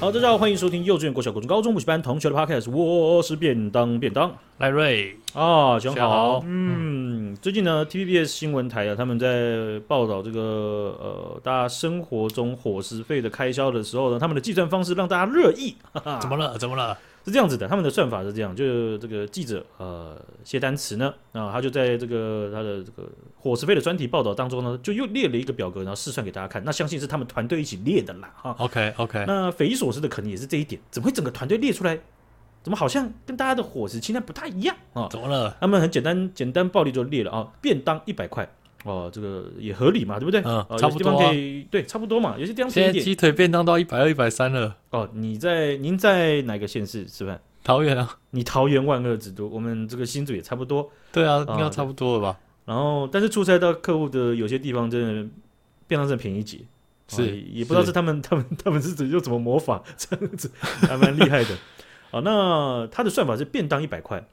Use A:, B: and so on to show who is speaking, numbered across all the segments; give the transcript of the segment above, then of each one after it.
A: 好，大家好，欢迎收听幼稚园、国小、国中、高中补习班同学的 podcast，我是便当便当
B: 赖瑞，
A: 啊，熊
B: 熊
A: 好
B: 好，
A: 嗯，最近呢，TVBS 新闻台啊，他们在报道这个呃，大家生活中伙食费的开销的时候呢，他们的计算方式让大家热议，哈哈
B: 怎么了？怎么了？
A: 是这样子的，他们的算法是这样，就是这个记者呃谢丹慈呢，啊，他就在这个他的这个伙食费的专题报道当中呢，就又列了一个表格，然后试算给大家看。那相信是他们团队一起列的啦，哈、
B: ？OK OK，
A: 那匪夷所思的可能也是这一点，怎么会整个团队列出来，怎么好像跟大家的伙食清单不太一样啊？
B: 怎么了？
A: 他们很简单简单暴力就列了啊，便当一百块。哦，这个也合理嘛，对不对？
B: 嗯
A: 啊
B: 差不多啊
A: 有些地方可以对，差不多嘛。有些地方
B: 现
A: 便
B: 在
A: 宜一点。
B: 鸡腿便当到一百二、一百三了。
A: 哦，你在您在哪个县市吃饭？
B: 桃 园啊，
A: 你桃园万恶之都，我们这个新竹也差不多。
B: 对啊，
A: 啊
B: 应该差不多了吧？
A: 然后，但是出差到客户的有些地方，真的便当真的便宜几，
B: 是
A: 啊也也不知道是他们他们他们是怎又怎么模仿这样子，还蛮厉害的。啊，那它的算法是便当一百块，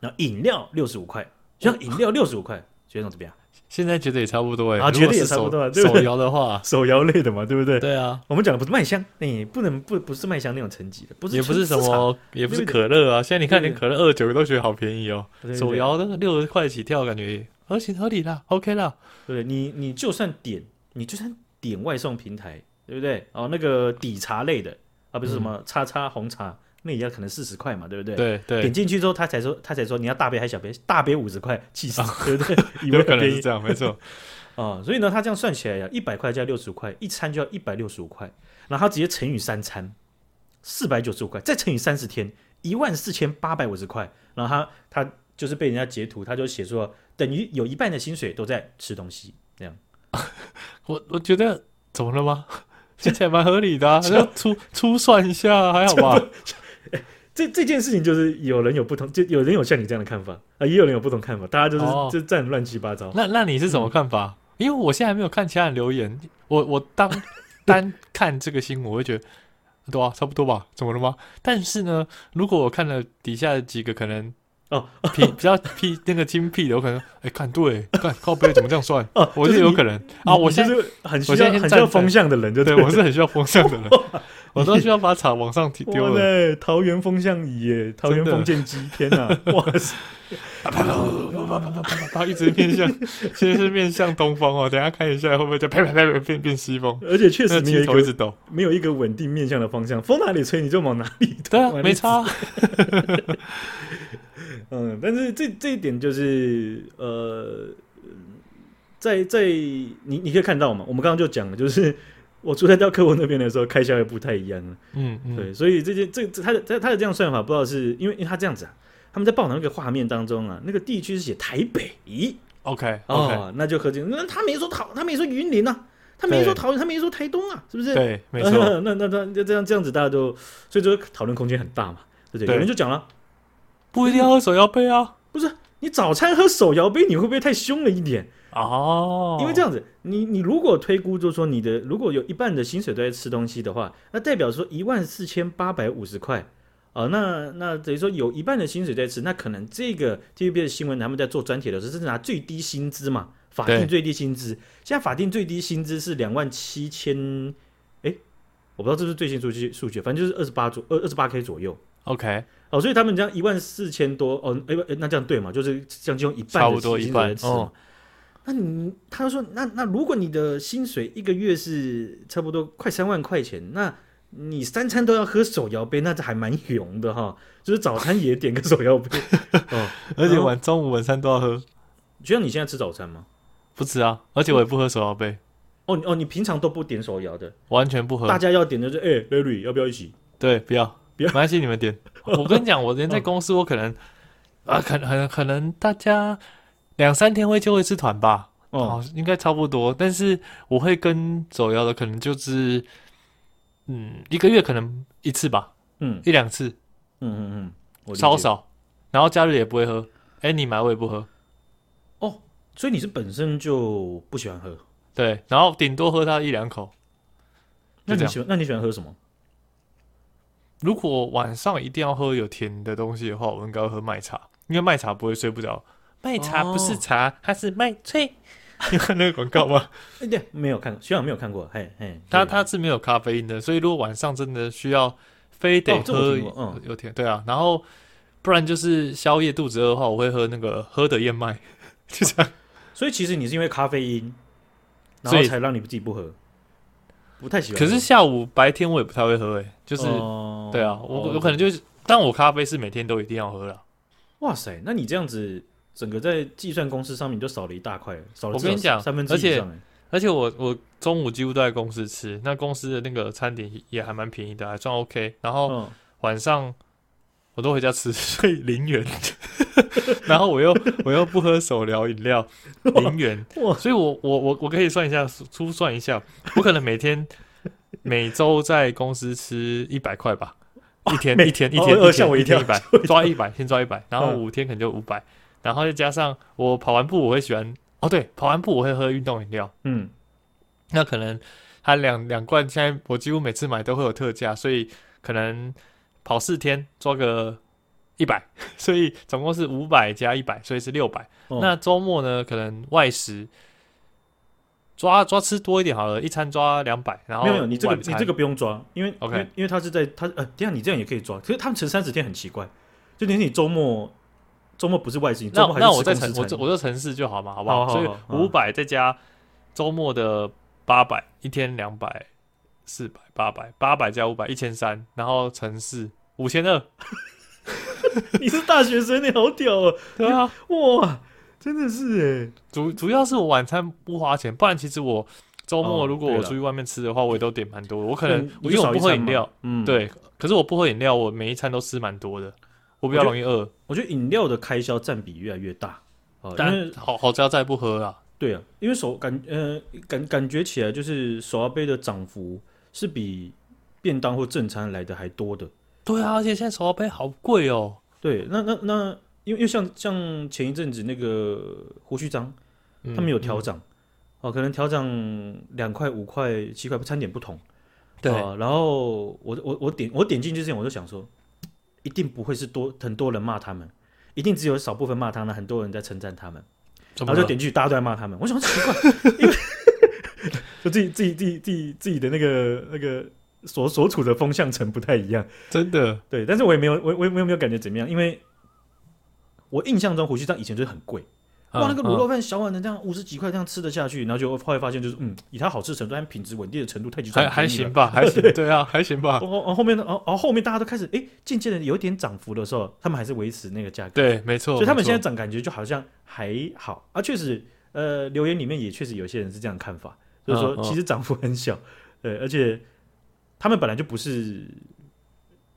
A: 然后饮料六十五块，像饮料六十五块，学长怎么样？
B: 现在觉得也差不多哎、
A: 啊
B: 如果
A: 觉得也
B: 是
A: 差不
B: 手
A: 多啊对不对
B: 手摇的话，
A: 手摇类的嘛，对不 对？
B: 对啊，
A: 我们讲的不是麦香，你、不能不不是麦香那种层级的，不是
B: 也不是什么，也不是可乐啊。现在你看，连可乐二九都觉得好便宜哦，
A: 对对对
B: 手摇的六十块起跳，感觉合情合理啦，OK 啦。
A: 对你，你就算点，你就算点外送平台，对不对？哦，那个底茶类的啊，不
B: 嗯
A: 是什么叉叉红茶，那也要可能四十块嘛，对不对？。
B: 对对
A: 点，进去之后，他才说，他才说你要大杯还是小杯？大杯五十块，气死，对不 对？以为
B: 啊有可
A: 很
B: 能
A: 便
B: 是
A: 宜
B: 这样，没错。
A: 啊、所以呢，他这样算起来呀，一百块加六十五块，一餐就要一百六十五块，然后他直接乘以三餐，四百九十五块，再乘以三十天，一万四千八百五十块。然后他他就是被人家截图，他就写说，等于有一半的薪水都在吃东西，这样。
B: 我我觉得怎么了吗？ 听起来蛮合理的、 啊，要粗粗算一下，啊还好吧？
A: 这这件事情就是有人有不同，就有人有像你这样的看法啊、也有人有不同看法，大家就是、
B: 哦
A: 就站得乱七八糟。
B: 那那你是
A: 嗯
B: 怎么看法？因为我现在还没有看其他人留言，我我 当单看这个新闻，我会觉得对啊，差不多吧，怎么了吗？但是呢，如果我看了底下几个可能
A: 哦？
B: 屁比较屁那个精辟的，我可能哎、看对，看靠背怎么这样算
A: 哦
B: 我觉
A: 就是
B: 得有
A: 你
B: 可能啊，我现在
A: 就是很需
B: 我现
A: 要
B: 在先
A: 很需要
B: 站
A: 风向的人，就
B: 对
A: 对
B: 我是很需要风向 的人，我都需要把草往上提丢
A: 哇
B: 了。
A: 塞，桃园风向仪耶，桃园
B: 真的
A: 风剑机，天哪！ 哇塞，
B: 然后一直面 向，先是面向东风哦，等一下看一下会不会就啪啪啪啪变变西风，
A: 而且确
B: 那
A: 实没有
B: 鸡
A: 一
B: 头一
A: 个
B: 直抖。
A: 没有一个稳定面向的方向，风哪里吹你就往哪 里。
B: 对啊
A: 往，那
B: 没差啊。
A: 嗯，但是这这一点就是呃，在在你你可以看到嘛，我们刚刚就讲了，就是我出差到客户那边的时候，开销也不太一样了。
B: 嗯嗯，
A: 对，所以这件这这他的他他的这样算法，不知道是因为因为他这样子啊，他们在报道那个画面当中啊，那个地区是写台北
B: ，OK OK，、
A: 哦，那就合情。那他没说桃，他没说云林啊，他没说
B: 对
A: 桃园，他没说台东啊，是不是？，
B: 对，没错，
A: 那那那那这样这样子，大家都所以这个讨论空间很大嘛，对不对？
B: 对
A: 有人就讲了，
B: 不一定要喝手摇杯啊。
A: 你早餐喝手摇杯，你会不会太凶了一点？
B: 哦，
A: 因为这样子，你你如果推估，就说你的如果有一半的薪水都在吃东西的话，那代表说一万四千八百五十块啊、那那等于说有一半的薪水在吃，那可能这个 TVB 的新闻他们在做专题的时候，这是拿最低薪资嘛，法定
B: 对
A: 最低薪资，现在法定最低薪资是两万七千，哎，我不知道这是最新数据数据，反正就是二十八左二二十八 K 左右。
B: OK，
A: 哦，所以他们这样一万四千多，哦，哎、哎那这样对嘛？就是将近用一半的
B: 差不多
A: 薪
B: 一
A: 水来
B: 半
A: 吃嘛
B: 哦
A: 那你他就说，那那如果你的薪水一个月是差不多快三万块钱，那你三餐都要喝手摇杯，那这还蛮勇的哈。就是早餐也点个手摇杯。哦，
B: 而且晚中午晚餐都要喝，
A: 就像你现在吃早餐吗？
B: 不止啊，而且我也不喝手摇杯，
A: 哦你哦，你平常都不点手摇的，
B: 完全不喝
A: 大。家要点的就是，哎、l a r r y 要不要一起？
B: 对，不要，
A: 不要
B: 没关系，你们 点。我跟你讲，我连在公司，我可能啊，可能可能大家两三天会就一次团吧，
A: 哦，
B: 哦，应该差不多。但是我会跟手摇的，可能就是嗯，一个月可能一次吧，
A: 嗯
B: 一两次，
A: 嗯嗯嗯，我理解
B: 稍。少。然后假日也不会喝，哎，你买我也不喝。
A: 所以你是本身就不喜欢喝，
B: 对，然后顶多喝它一两口。
A: 那
B: 就这
A: 你
B: 样
A: 喜欢那你喜欢喝什么？
B: 如果晚上一定要喝有甜的东西的话，
A: 哦
B: 我应该会喝麦茶，因为麦茶不会睡不着。麦茶不是茶，它是麦脆。 你有看那个广 告吗？
A: 哎，对，没有看过，学长没有看过，嘿，嘿，
B: 它
A: 对
B: 它是没有咖啡因的，所以如果晚上真的需要，非得
A: 哦这我
B: 喝
A: 听过嗯
B: 有甜，对啊，然后不然就是宵夜肚子饿的话，我会喝那个喝的燕麦， 就这样。
A: 所以其实你是因为咖啡因，然
B: 所
A: 后
B: 以
A: 才让你自己不喝，不太喜欢喝。
B: 可是下午白天我也不太会喝、欸，就是、
A: 哦
B: 对啊，我
A: 哦
B: 有可能就是，但我咖啡是每天都一定要喝啦。
A: 哇塞，那你这样子，整个在计算公式上面你就少了一大块，少了
B: 我跟你
A: 至少
B: 讲
A: 三分之
B: 而
A: 一以
B: 且
A: 上哎。
B: 而且我我中午几乎都在公司吃，那公司的那个餐点也还蛮便宜的，还算 OK。然后
A: 嗯，
B: 晚上我都回家吃， 所以零元。然后我又我又不喝手摇饮料，零元
A: 哇。
B: 所以我我我我可以算一下，粗算一下，我可能每天每周在公司吃一百块吧。一天
A: 每
B: 一天一
A: 哦
B: 天
A: 哦
B: 一
A: 吓
B: 天
A: 我一
B: 一天
A: 跳
B: 一百
A: 吓我一跳
B: 抓一百先抓一百，然后
A: 嗯
B: 五天可能就五百，然后再加上我跑完步我会喜欢哦对，跑完步我会喝运动饮料，
A: 嗯，
B: 那可能它两两罐，现在我几乎每次买都会有特价，所以可能跑四天抓个一百， 所以总共是五百加一百，所以是六百、
A: 哦
B: 那周末呢，可能外食抓抓吃多一点好了，一餐抓两百，然后
A: 没有没有，你这个
B: 晚
A: 你
B: 餐
A: 这个不用抓，因为
B: OK
A: 因为因为他是在他呃，等一下你这样也可以抓，可是他们乘三十天很奇怪，就等于你周末周末不是外食，你
B: 那
A: 周末还是
B: 那我
A: 在
B: 在城我这我就城市就好嘛，好不
A: 好好
B: 所以
A: 好嗯
B: 五百再加周末的八百，一天两百，四百八百，八百加五百一千三，然后城市五千二，
A: 你是大学生，你好屌哦，
B: 对啊。
A: 哇，真的是
B: 主主要是我晚餐不花钱，不然其实我周
A: 哦
B: 末如果
A: 对
B: 我
A: 了
B: 出去外面吃的话，我也都点蛮多的。我
A: 哎，
B: 可能
A: 你
B: 因
A: 就
B: 为我
A: 少一
B: 不喝
A: 餐
B: 饮
A: 嘛
B: 料，，
A: 嗯，，
B: 对，可是我不喝饮料，我每一餐都吃蛮多的，我比较
A: 我觉
B: 容易饿。
A: 我觉得饮料的开销占比越来越大，哦，因为
B: 但好好家再不喝啦，
A: 对啊，因为手感呃感感觉起来就是手摇杯的涨幅是比便当或正餐来的还多的。
B: 对啊，而且现在手摇杯好贵哦。
A: 对，那那那，因为因为像像前一阵子那个胡须章，
B: 嗯
A: 他们有调
B: 整，
A: 涨，哦，可能调涨两块、五块、七块，餐点不同。
B: 对，
A: 哦然后我我我点我点进去之前，我就想说，一定不会是多很多人骂他们，一定只有少部分骂他们，很多人在称赞他们。
B: 怎
A: 然后
B: 么
A: 就
B: 了？
A: 点进去，大家都在骂他们。我想奇怪，因为 就自己自己自己自己自己的那个那个所所处的风向层不太一样，
B: 真的，
A: 对。但是我也没有我我我也没有感觉怎么样，因为我印象中胡须章以前就是很贵，哇，那个卤
B: 嗯
A: 肉饭小碗的这样五十几块这样吃得下去，然后就后来发现就是嗯，以它好吃程度和品质稳定的程度，太极
B: 还还行。吧，还行， 对啊，还行吧
A: 然。哦后后面呢，然后后面大家都开始哎，渐渐的有点涨幅的时候，他们还是维持那个价格。
B: 对，没错。
A: 所以他们
B: 没错
A: 现在涨感觉就好像还好啊，确实，呃，留言里面也确实有些人是这样看法，就是
B: 嗯
A: 说
B: 嗯
A: 其实涨幅很小，对，而且他们本来就不是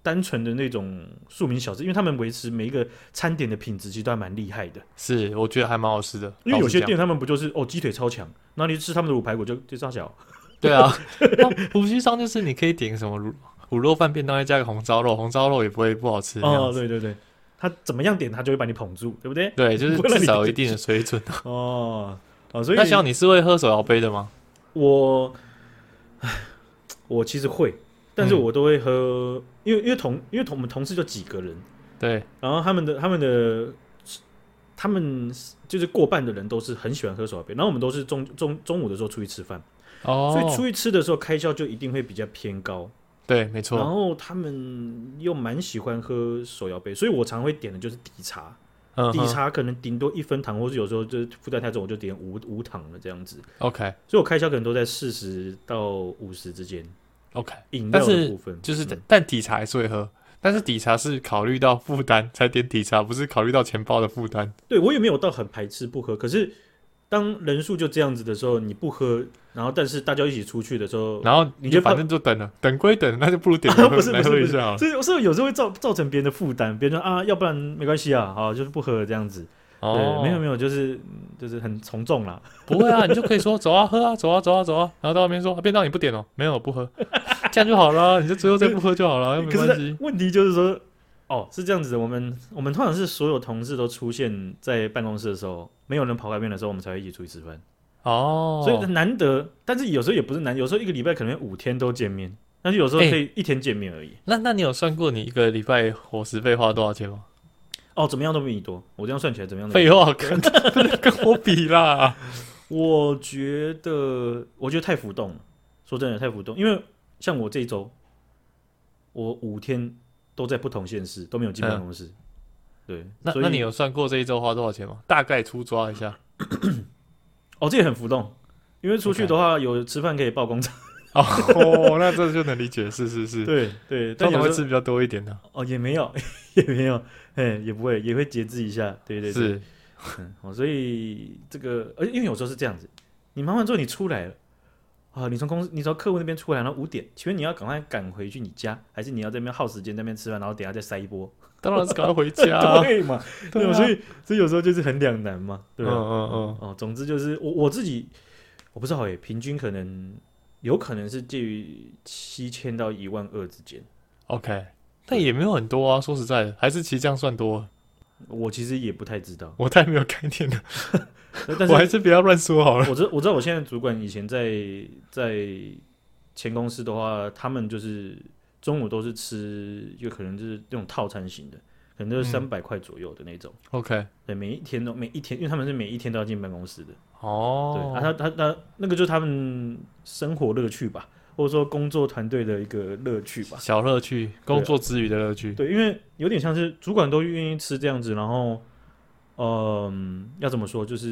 A: 单纯的那种庶民小吃，因为他们维持每一个餐点的品质其实都还蛮厉害的，
B: 是，我觉得还蛮好吃的。
A: 因为有些
B: 老实讲
A: 店他们不就是哦鸡腿超强，然后你去吃他们的卤排骨就就炸小，
B: 对啊，那胡须章就是你可以点什么卤卤肉饭便当，再加个红烧肉，红烧肉也不会不好吃。
A: 哦，
B: 哦，
A: 对对对，他怎么样点他就会把你捧住，对不对？
B: 对，就是
A: 不会让
B: 至
A: 你
B: 少有一定的 水准。
A: 哦，哦，所以
B: 那像你是会喝手摇杯的吗？
A: 我，唉我其实会，但是
B: 嗯
A: 我都会喝，因为因为同因为同我们同事就几个人，
B: 对，
A: 然后他们的他们的他们就是过半的人都是很喜欢喝手摇杯，然后我们都是中中中午的时候出去吃饭，
B: 哦，
A: 所以出去吃的时候开销就一定会比较偏高。
B: 对，没
A: 然
B: 错，
A: 后他们又蛮喜欢喝手摇杯，所以我常会点的就是底茶，
B: 嗯
A: 底
B: 哼
A: 茶可能顶多一分糖，或是有时候就是负担太重，我就点无无糖的这样子，
B: ，OK
A: 所以我开销可能都在四十到五十之间。
B: OK，
A: 饮料
B: 但
A: 的
B: 是
A: 部分，
B: 就是
A: 嗯
B: 但底茶还是会喝，但是底茶是考虑到负担才点底茶，不是考虑到钱包的负担。
A: 对我也没有到很排斥不喝，可是当人数就这样子的时候，你不喝，然后但是大家一起出去的时候，
B: 然后
A: 你
B: 你
A: 就
B: 就
A: 怕
B: 反正就等了，等归等，那就不 如点来喝
A: 不是不
B: 来
A: 是
B: 喝
A: 不
B: 一
A: 是
B: 下好了。
A: 所以所以有时候会造造成别人的负担，别人说啊，要不然没关系啊，好就是不喝这样子。
B: 哦
A: 对，，没有没有，就是嗯就是很从众啦。
B: 不会啊，你就可以说走啊，喝啊，走啊，走啊，走啊，然后到那边说、啊便当你不点哦，没有我不 喝，这样就好了，你就最后再不喝就好了，又没
A: 可
B: 关
A: 是
B: 系。
A: 问题就是说，哦是这样子的，我们我们通常是所有同事都出现在办公室的时候，没有人跑外面的时候，我们才会一起出去吃饭。
B: 哦，
A: 所以难得，但是有时候也不是难，有时候一个礼拜可能五天都见面，但是有时
B: 哎
A: 候可以一天见面而已。
B: 那那你有算过你一个礼拜伙食费花多少钱吗？
A: 哦，怎么样都比你多，我这样算起来怎么样都比你
B: 废话，跟不能跟我比啦。
A: 我觉得，我觉得太浮动了。说真的，太浮动，因为像我这一周，我五天都在不同县市，都没有进办公室。对，
B: 嗯那
A: 所以
B: 那你有算过这一周花多少钱吗？大概粗抓 一下。
A: 哦，这也很浮动，因为出去的话有吃饭可以报工 厂。
B: 哦，那这就能理解，是是是，
A: 对对，但
B: 通
A: 有
B: 常会
A: 时
B: 吃
A: 候
B: 比较多一点的、
A: 哦也没有 也没有，哎也不会也会节制一下。对对对，
B: 是
A: 嗯哦，所以这个，而因为有时候是这样子，你忙完之后你出来了，啊，你从公司，你从客户那边出来，然后五点，请问你要赶快赶回去你家，还是你要在那边耗时间在那边吃饭，然后等一下再塞一波？。
B: 当然是赶快回家、啊
A: 对嘛？对嘛，
B: 啊
A: 所以所以有时候就是很两难嘛，对
B: 嗯
A: 吧？
B: 嗯嗯，
A: 哦，总之就是我我自己，我不知道诶，平均可能有可能是介于七千到一万二之间。
B: OK，但也没有很多啊。说实在的，还是其实这样算多，，
A: 我其实也不太知道
B: 我太没有概念了。
A: 但是
B: 我还是不要乱说好 了。
A: 我知我知道，我现在主管以前在在前公司的话，他们就是中午都是吃，就可能就是那种套餐型的，可能就是
B: 嗯
A: 三百块左右的那种。
B: OK，
A: 对，每一天都每一天，因为他们是每一天都要进办公室的。
B: 哦，
A: 对，啊，他他他那个就是他们生活乐趣吧，或者说工作团队的一个乐趣吧。
B: 小乐趣，工作之余的乐趣。
A: 对，因为有点像是主管都愿意吃这样子，然后，嗯、要怎么说，就是，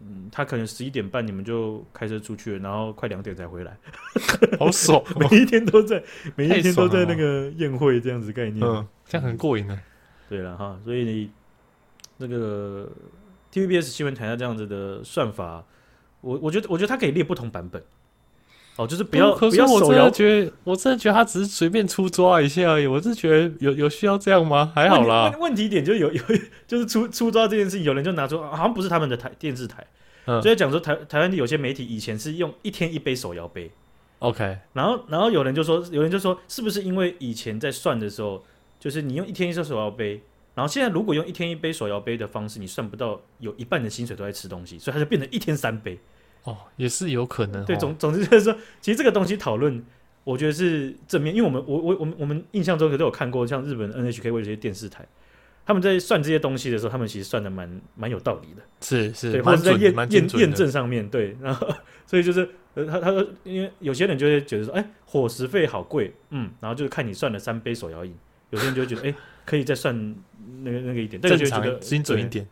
A: 嗯，他可能十一点半你们就开车出去了，然后快两点才回来，
B: 好爽、哦。
A: 每一天都在，每一
B: 太
A: 天都
B: 爽
A: 在
B: 了
A: 那个宴会这样子概念。
B: 嗯，这样很过瘾呢。
A: 对了哈，所以你那个 TVBS 新闻台它这样子的算法，我我觉得我觉得它可以列不同版本，哦，就是不要
B: 可
A: 不
B: 是
A: 要
B: 我
A: 手
B: 真
A: 摇
B: 的觉得，我真的觉得他只是随便出抓一下而已。我是觉得有有需要这样吗？还好
A: 问
B: 啦
A: 题。问问题点就是有 有就是出出招这件事情，有人就拿出好像不是他们的台电视台，
B: 嗯
A: 就在讲说台台湾有些媒体以前是用一天一杯手摇杯，
B: OK，
A: 然后然后有人就说有人就说是不是因为以前在算的时候，就是你用一天一杯手摇杯，然后现在如果用一天一杯手摇杯的方式，你算不到有一半的薪水都在吃东西，所以它就变成一天三杯。
B: 哦，也是有可能哦。
A: 对，总总之就是说，其实这个东西讨论，我觉得是正面，因为我们我我我们我们印象中可都有看过，像日本 NHK 或者一些电视台，他们在算这些东西的时候，他们其实算的蛮蛮有道理的，
B: 是是，
A: 对，或者
B: 蛮
A: 是在
B: 准
A: 验
B: 蛮精
A: 验
B: 准的
A: 验证上面对，然后所以就是呃，他他说，因为有些人就会觉得说，哎、伙食费好贵，嗯，然后就是看你算了三杯手摇饮，有些人就会觉得，哎、可以再算那个那个一点，但有些
B: 正
A: 人觉得
B: 常精准一
A: 对
B: 点。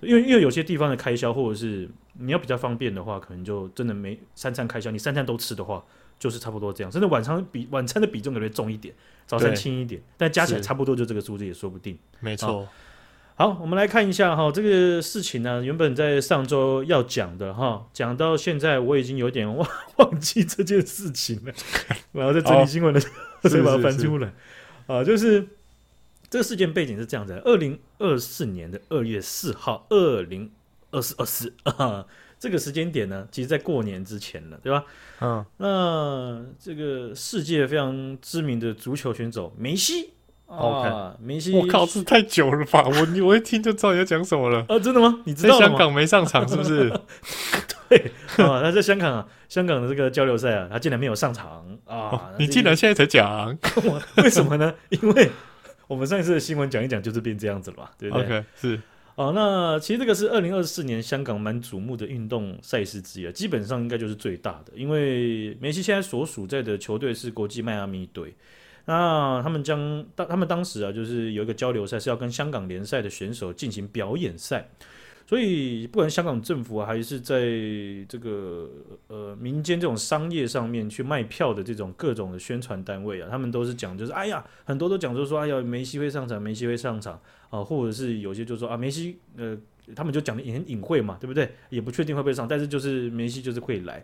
A: 因为因为有些地方的开销，或者是你要比较方便的话，可能就真的没三餐开销，你三餐都吃的话，就是差不多这样。甚至晚餐比晚餐的比重可能会重一点，早餐
B: 对
A: 轻一点，但加起来
B: 是
A: 差不多就这个数字也说不定。
B: 没错，
A: 好，我们来看一下哈，这个事情呢、原本在上周要讲的哈，讲到现在我已经有点忘 忘记这件事情了， 然后在整理新闻的时候
B: 是
A: 再把它
B: 哦是
A: 翻
B: 是
A: 出来啊，就是这个事件背景是这样子的：二零二四年的二月四号，二零二四二四 啊，这个时间点呢，其实在过年之前了，对吧？
B: 嗯，
A: 那这个世界非常知名的足球选手梅西啊，梅西，
B: 我靠，这太久了 吧？我你我一听就知道你要讲什么了。
A: 啊，真的吗？你知
B: 在
A: 道了
B: 香
A: 吗？
B: 港没上场是不 是？
A: 啊，他在香港啊，香港的这个交流赛啊，他竟然没有上场啊！
B: 哦你竟然现在才讲
A: 跟我为什么呢？ 因为我们上一次的新闻讲一讲就是变这样子了嘛，对不对？
B: ？OK，是
A: 哦，那其实这个是二零二四年香港蛮瞩目的运动赛事之一啊，基本上应该就是最大的，因为梅西现在所属在的球队是国际迈阿密队。那他们将当他们当时啊，就是有一个交流赛是要跟香港联赛的选手进行表演赛，所以不管香港政府、啊、还是在这个呃民间这种商业上面去卖票的这种各种的宣传单位啊，他们都是讲就是哎呀，很多都讲就是说哎呀梅西会上场，梅西会上场。啊，或者是有些就说啊，梅西，呃，他们就讲的也很隐晦嘛，对不对？也不确定会不会上，但是就是梅西就是会来。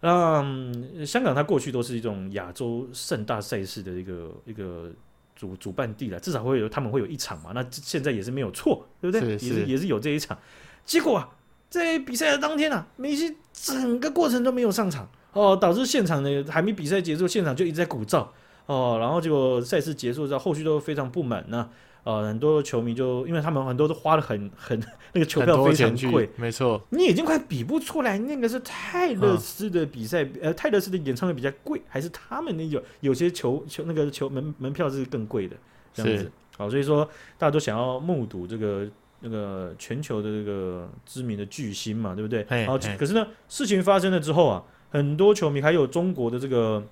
A: 那、嗯香港它过去都是一种亚洲盛大赛事的一个一个主主办地了，至少会有他们会有一场嘛。那现在也是没有错，对不对？
B: 是
A: 也
B: 是
A: 是也是有这一场。结果啊，在比赛的当天啊，梅西整个过程都没有上场哦，导致现场呢还没比赛结束，现场就一直在鼓噪哦，然后结果赛事结束之后，后续都非常不满那呃，很多球迷就因为他们很多都花了很 很那个球
B: 很
A: 票
B: 多
A: 非
B: 钱
A: 常
B: 去
A: 贵，，
B: 没错，
A: 你已经快比不出来那个是泰勒斯的比赛，
B: 嗯
A: 呃，泰勒斯的演唱会比较贵，还是他们那有有些球球那个球门门票是更贵的这样子哦
B: 是。
A: 好，所以说大家都想要目睹这个那个全球的这个知名的巨星嘛，对不对？
B: 嘿
A: 然后
B: 嘿
A: 可是呢，事情发生了之后啊，很多球迷还有中国的这个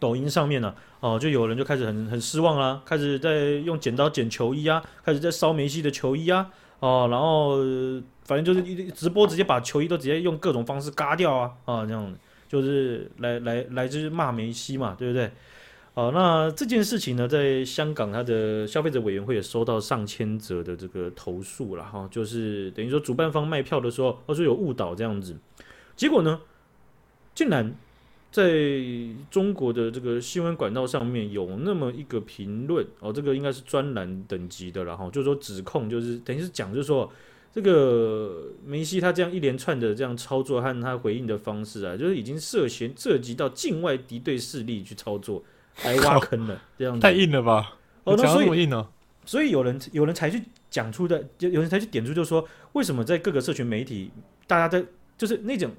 A: 抖音上面呢、哦、就有人就开始很很失望啦，开始在用剪刀剪球衣啊，开始在烧梅西的球衣啊，哦，然后、呃反正就是一一直播直接把球衣都直接用各种方式嘎掉啊啊这样，就是来来来就是骂梅西嘛，对不对？哦，那这件事情呢，在香港，它的消费者委员会也收到上千则的这个投诉了哈，就是等于说主办方卖票的时候，或哦是有误导这样子，结果呢，竟然在中国的这个新闻管道上面有那么一个评论哦，这个应该是专栏等级的了哈，就是说指控，就是等于是讲，就是说这个梅西他这样一连串的这样操作和他回应的方式啊，就是已经涉嫌涉及到境外敌对势力去操作，来挖坑了这 样子
B: 嗯太。硬了吧？
A: 哦，
B: 你
A: 那
B: 讲
A: 所以
B: 得那么硬呢、
A: 所以有人有人才去讲出的，有有人才去点出，就是说为什么在各个社群媒体，大家在就是那种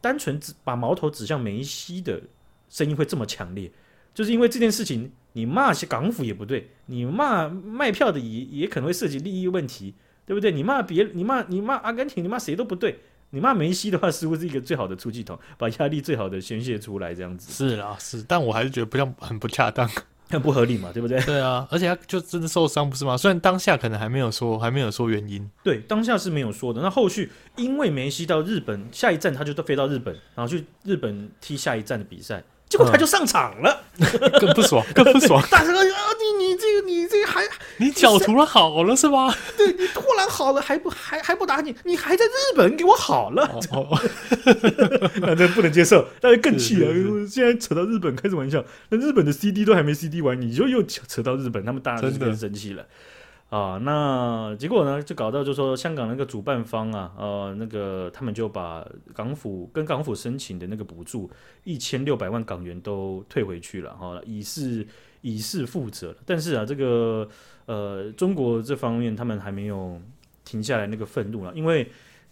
A: 单纯指把矛头指向梅西的声音会这么强烈，就是因为这件事情，你骂港府也不对，你骂卖票的也也可能会涉及利益问题，对不对？你骂别你骂你骂阿根廷，你骂谁都不对。你骂梅西的话，似乎是一个最好的出气筒，把压力最好的宣泄出来，这样子
B: 是啦，是，但我还是觉得不像很不恰当。
A: 很不合理嘛，对不对？
B: 对啊，而且他就真的受伤不是吗？虽然当下可能还没有说，还没有说原因。
A: 对，当下是没有说的。那后续因为梅西到日本，下一站他就飞到日本，然后去日本踢下一站的比赛，结果他就上场了。
B: 更不爽，更不爽。
A: 大家说啊，你你这个你这个还
B: 你脚涂了好了是吧？
A: 对你突然好了，还不还还不打紧，你还在日本给我好了，
B: 哦哦，
A: 那这不能接受，那就更气了。
B: 是是
A: 现在扯到日本开什么玩笑？那日本的 CD 都还没 CD 完，你就又扯扯到日本，他们当然就是
B: 真的
A: 更生气了。啊，那结果呢，就搞到就说香港那个主办方啊，呃，那个他们就把港府跟港府申请的那个补助一千六百万港元都退回去了哈、以示以示负责。但是啊，这个呃，中国这方面他们还没有停下来那个愤怒了，因为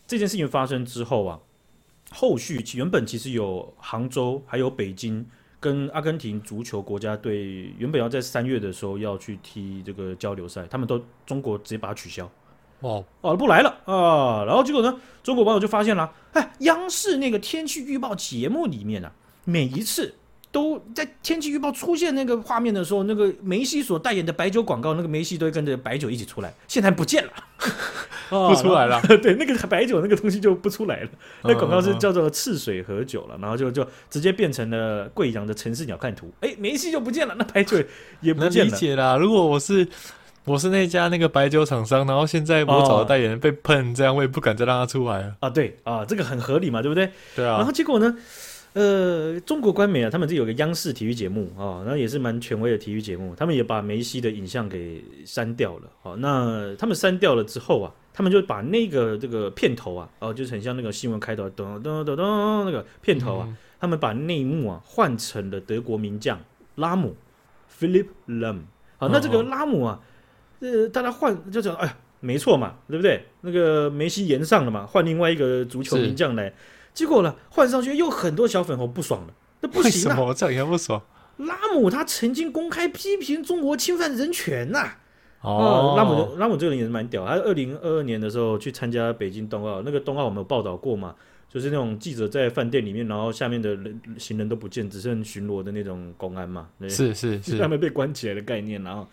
A: 这件事情发生之后啊，后续其原本其实有杭州还有北京跟阿根廷足球国家队原本要在三月的时候要去踢这个交流赛，他们都中国直接把它取消。
B: 哦，
A: 哦，不来了啊！然后结果呢，中国网友就发现了，哎，央视那个天气预报节目里面啊，每一次都在天气预报出现那个画面的时候，那个梅西所代言的白酒广告，那个梅西都会跟着白酒一起出来，现在不见了， 哦
B: 不出来了。
A: 对，那个白酒那个东西就不出来了。那广告是叫做赤水河酒了，然后就就直接变成了贵阳的城市鸟看图。哎，梅西就不见了，那白酒也不
B: 能
A: 见
B: 理
A: 了。
B: 解啦。如果我是我是那家那个白酒厂商，然后现在我找
A: 哦
B: 的代言人被喷，这样我也不敢再让他出来了。
A: 啊，对啊，这个很合理嘛，对不对？
B: 对
A: 然
B: 啊
A: 后，结果呢，呃，中国官媒啊，他们这有个央视体育节目啊、那也是蛮权威的体育节目，他们也把梅西的影像给删掉了。哦，那他们删掉了之后啊，他们就把那个这个片头啊，哦，就是很像那个新闻开头噔噔噔噔那个片头啊，
B: 嗯
A: 他们把那一幕啊换成了德国名将拉姆 （Philip Lam）。好，那这个
B: 嗯嗯
A: 拉姆啊，呃，大家换就讲，哎呀，没错嘛，对不对？那个梅西延上了嘛，换另外一个足球
B: 是
A: 名将来，结果呢，换上去又很多小粉红不爽了，那不
B: 为
A: 行
B: 什
A: 啊！
B: 么这样也不爽？
A: 拉姆他曾经公开批评中国侵犯人权呐、
B: 哦，
A: 拉姆拉姆这个人也是蛮屌，他二零二二年的时候去参加北京冬奥，那个冬奥我们有报道过嘛，就是那种记者在饭店里面，然后下面的人行人都不见，只剩巡逻的那种公安嘛，对
B: 是是是
A: 他，们被关起来的概念，然后，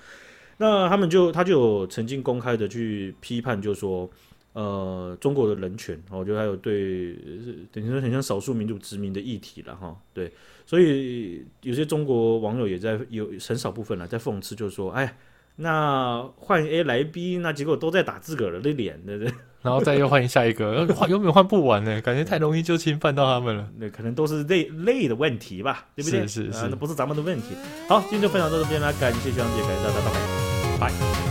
A: 那他们就他就有曾经公开的去批判，就说，呃，中国的人权，我觉得还有对，呃等于说很像少数民族殖民的议题了哈，对，所以有些中国网友也在有很少部分了在讽刺，就说，哎，那换 A 来 B，那结果都在打自个儿的脸，对不对？
B: 然后再又换下一个，呃换永远换不完呢，感觉太容易就侵犯到他们了。
A: 那可能都是累累的问题吧，对不对？
B: 是是
A: 啊
B: 是
A: 那不是咱们的问题。好，今天就分享到这边啦，感谢徐阳姐，感谢大家，拜拜。
B: 拜。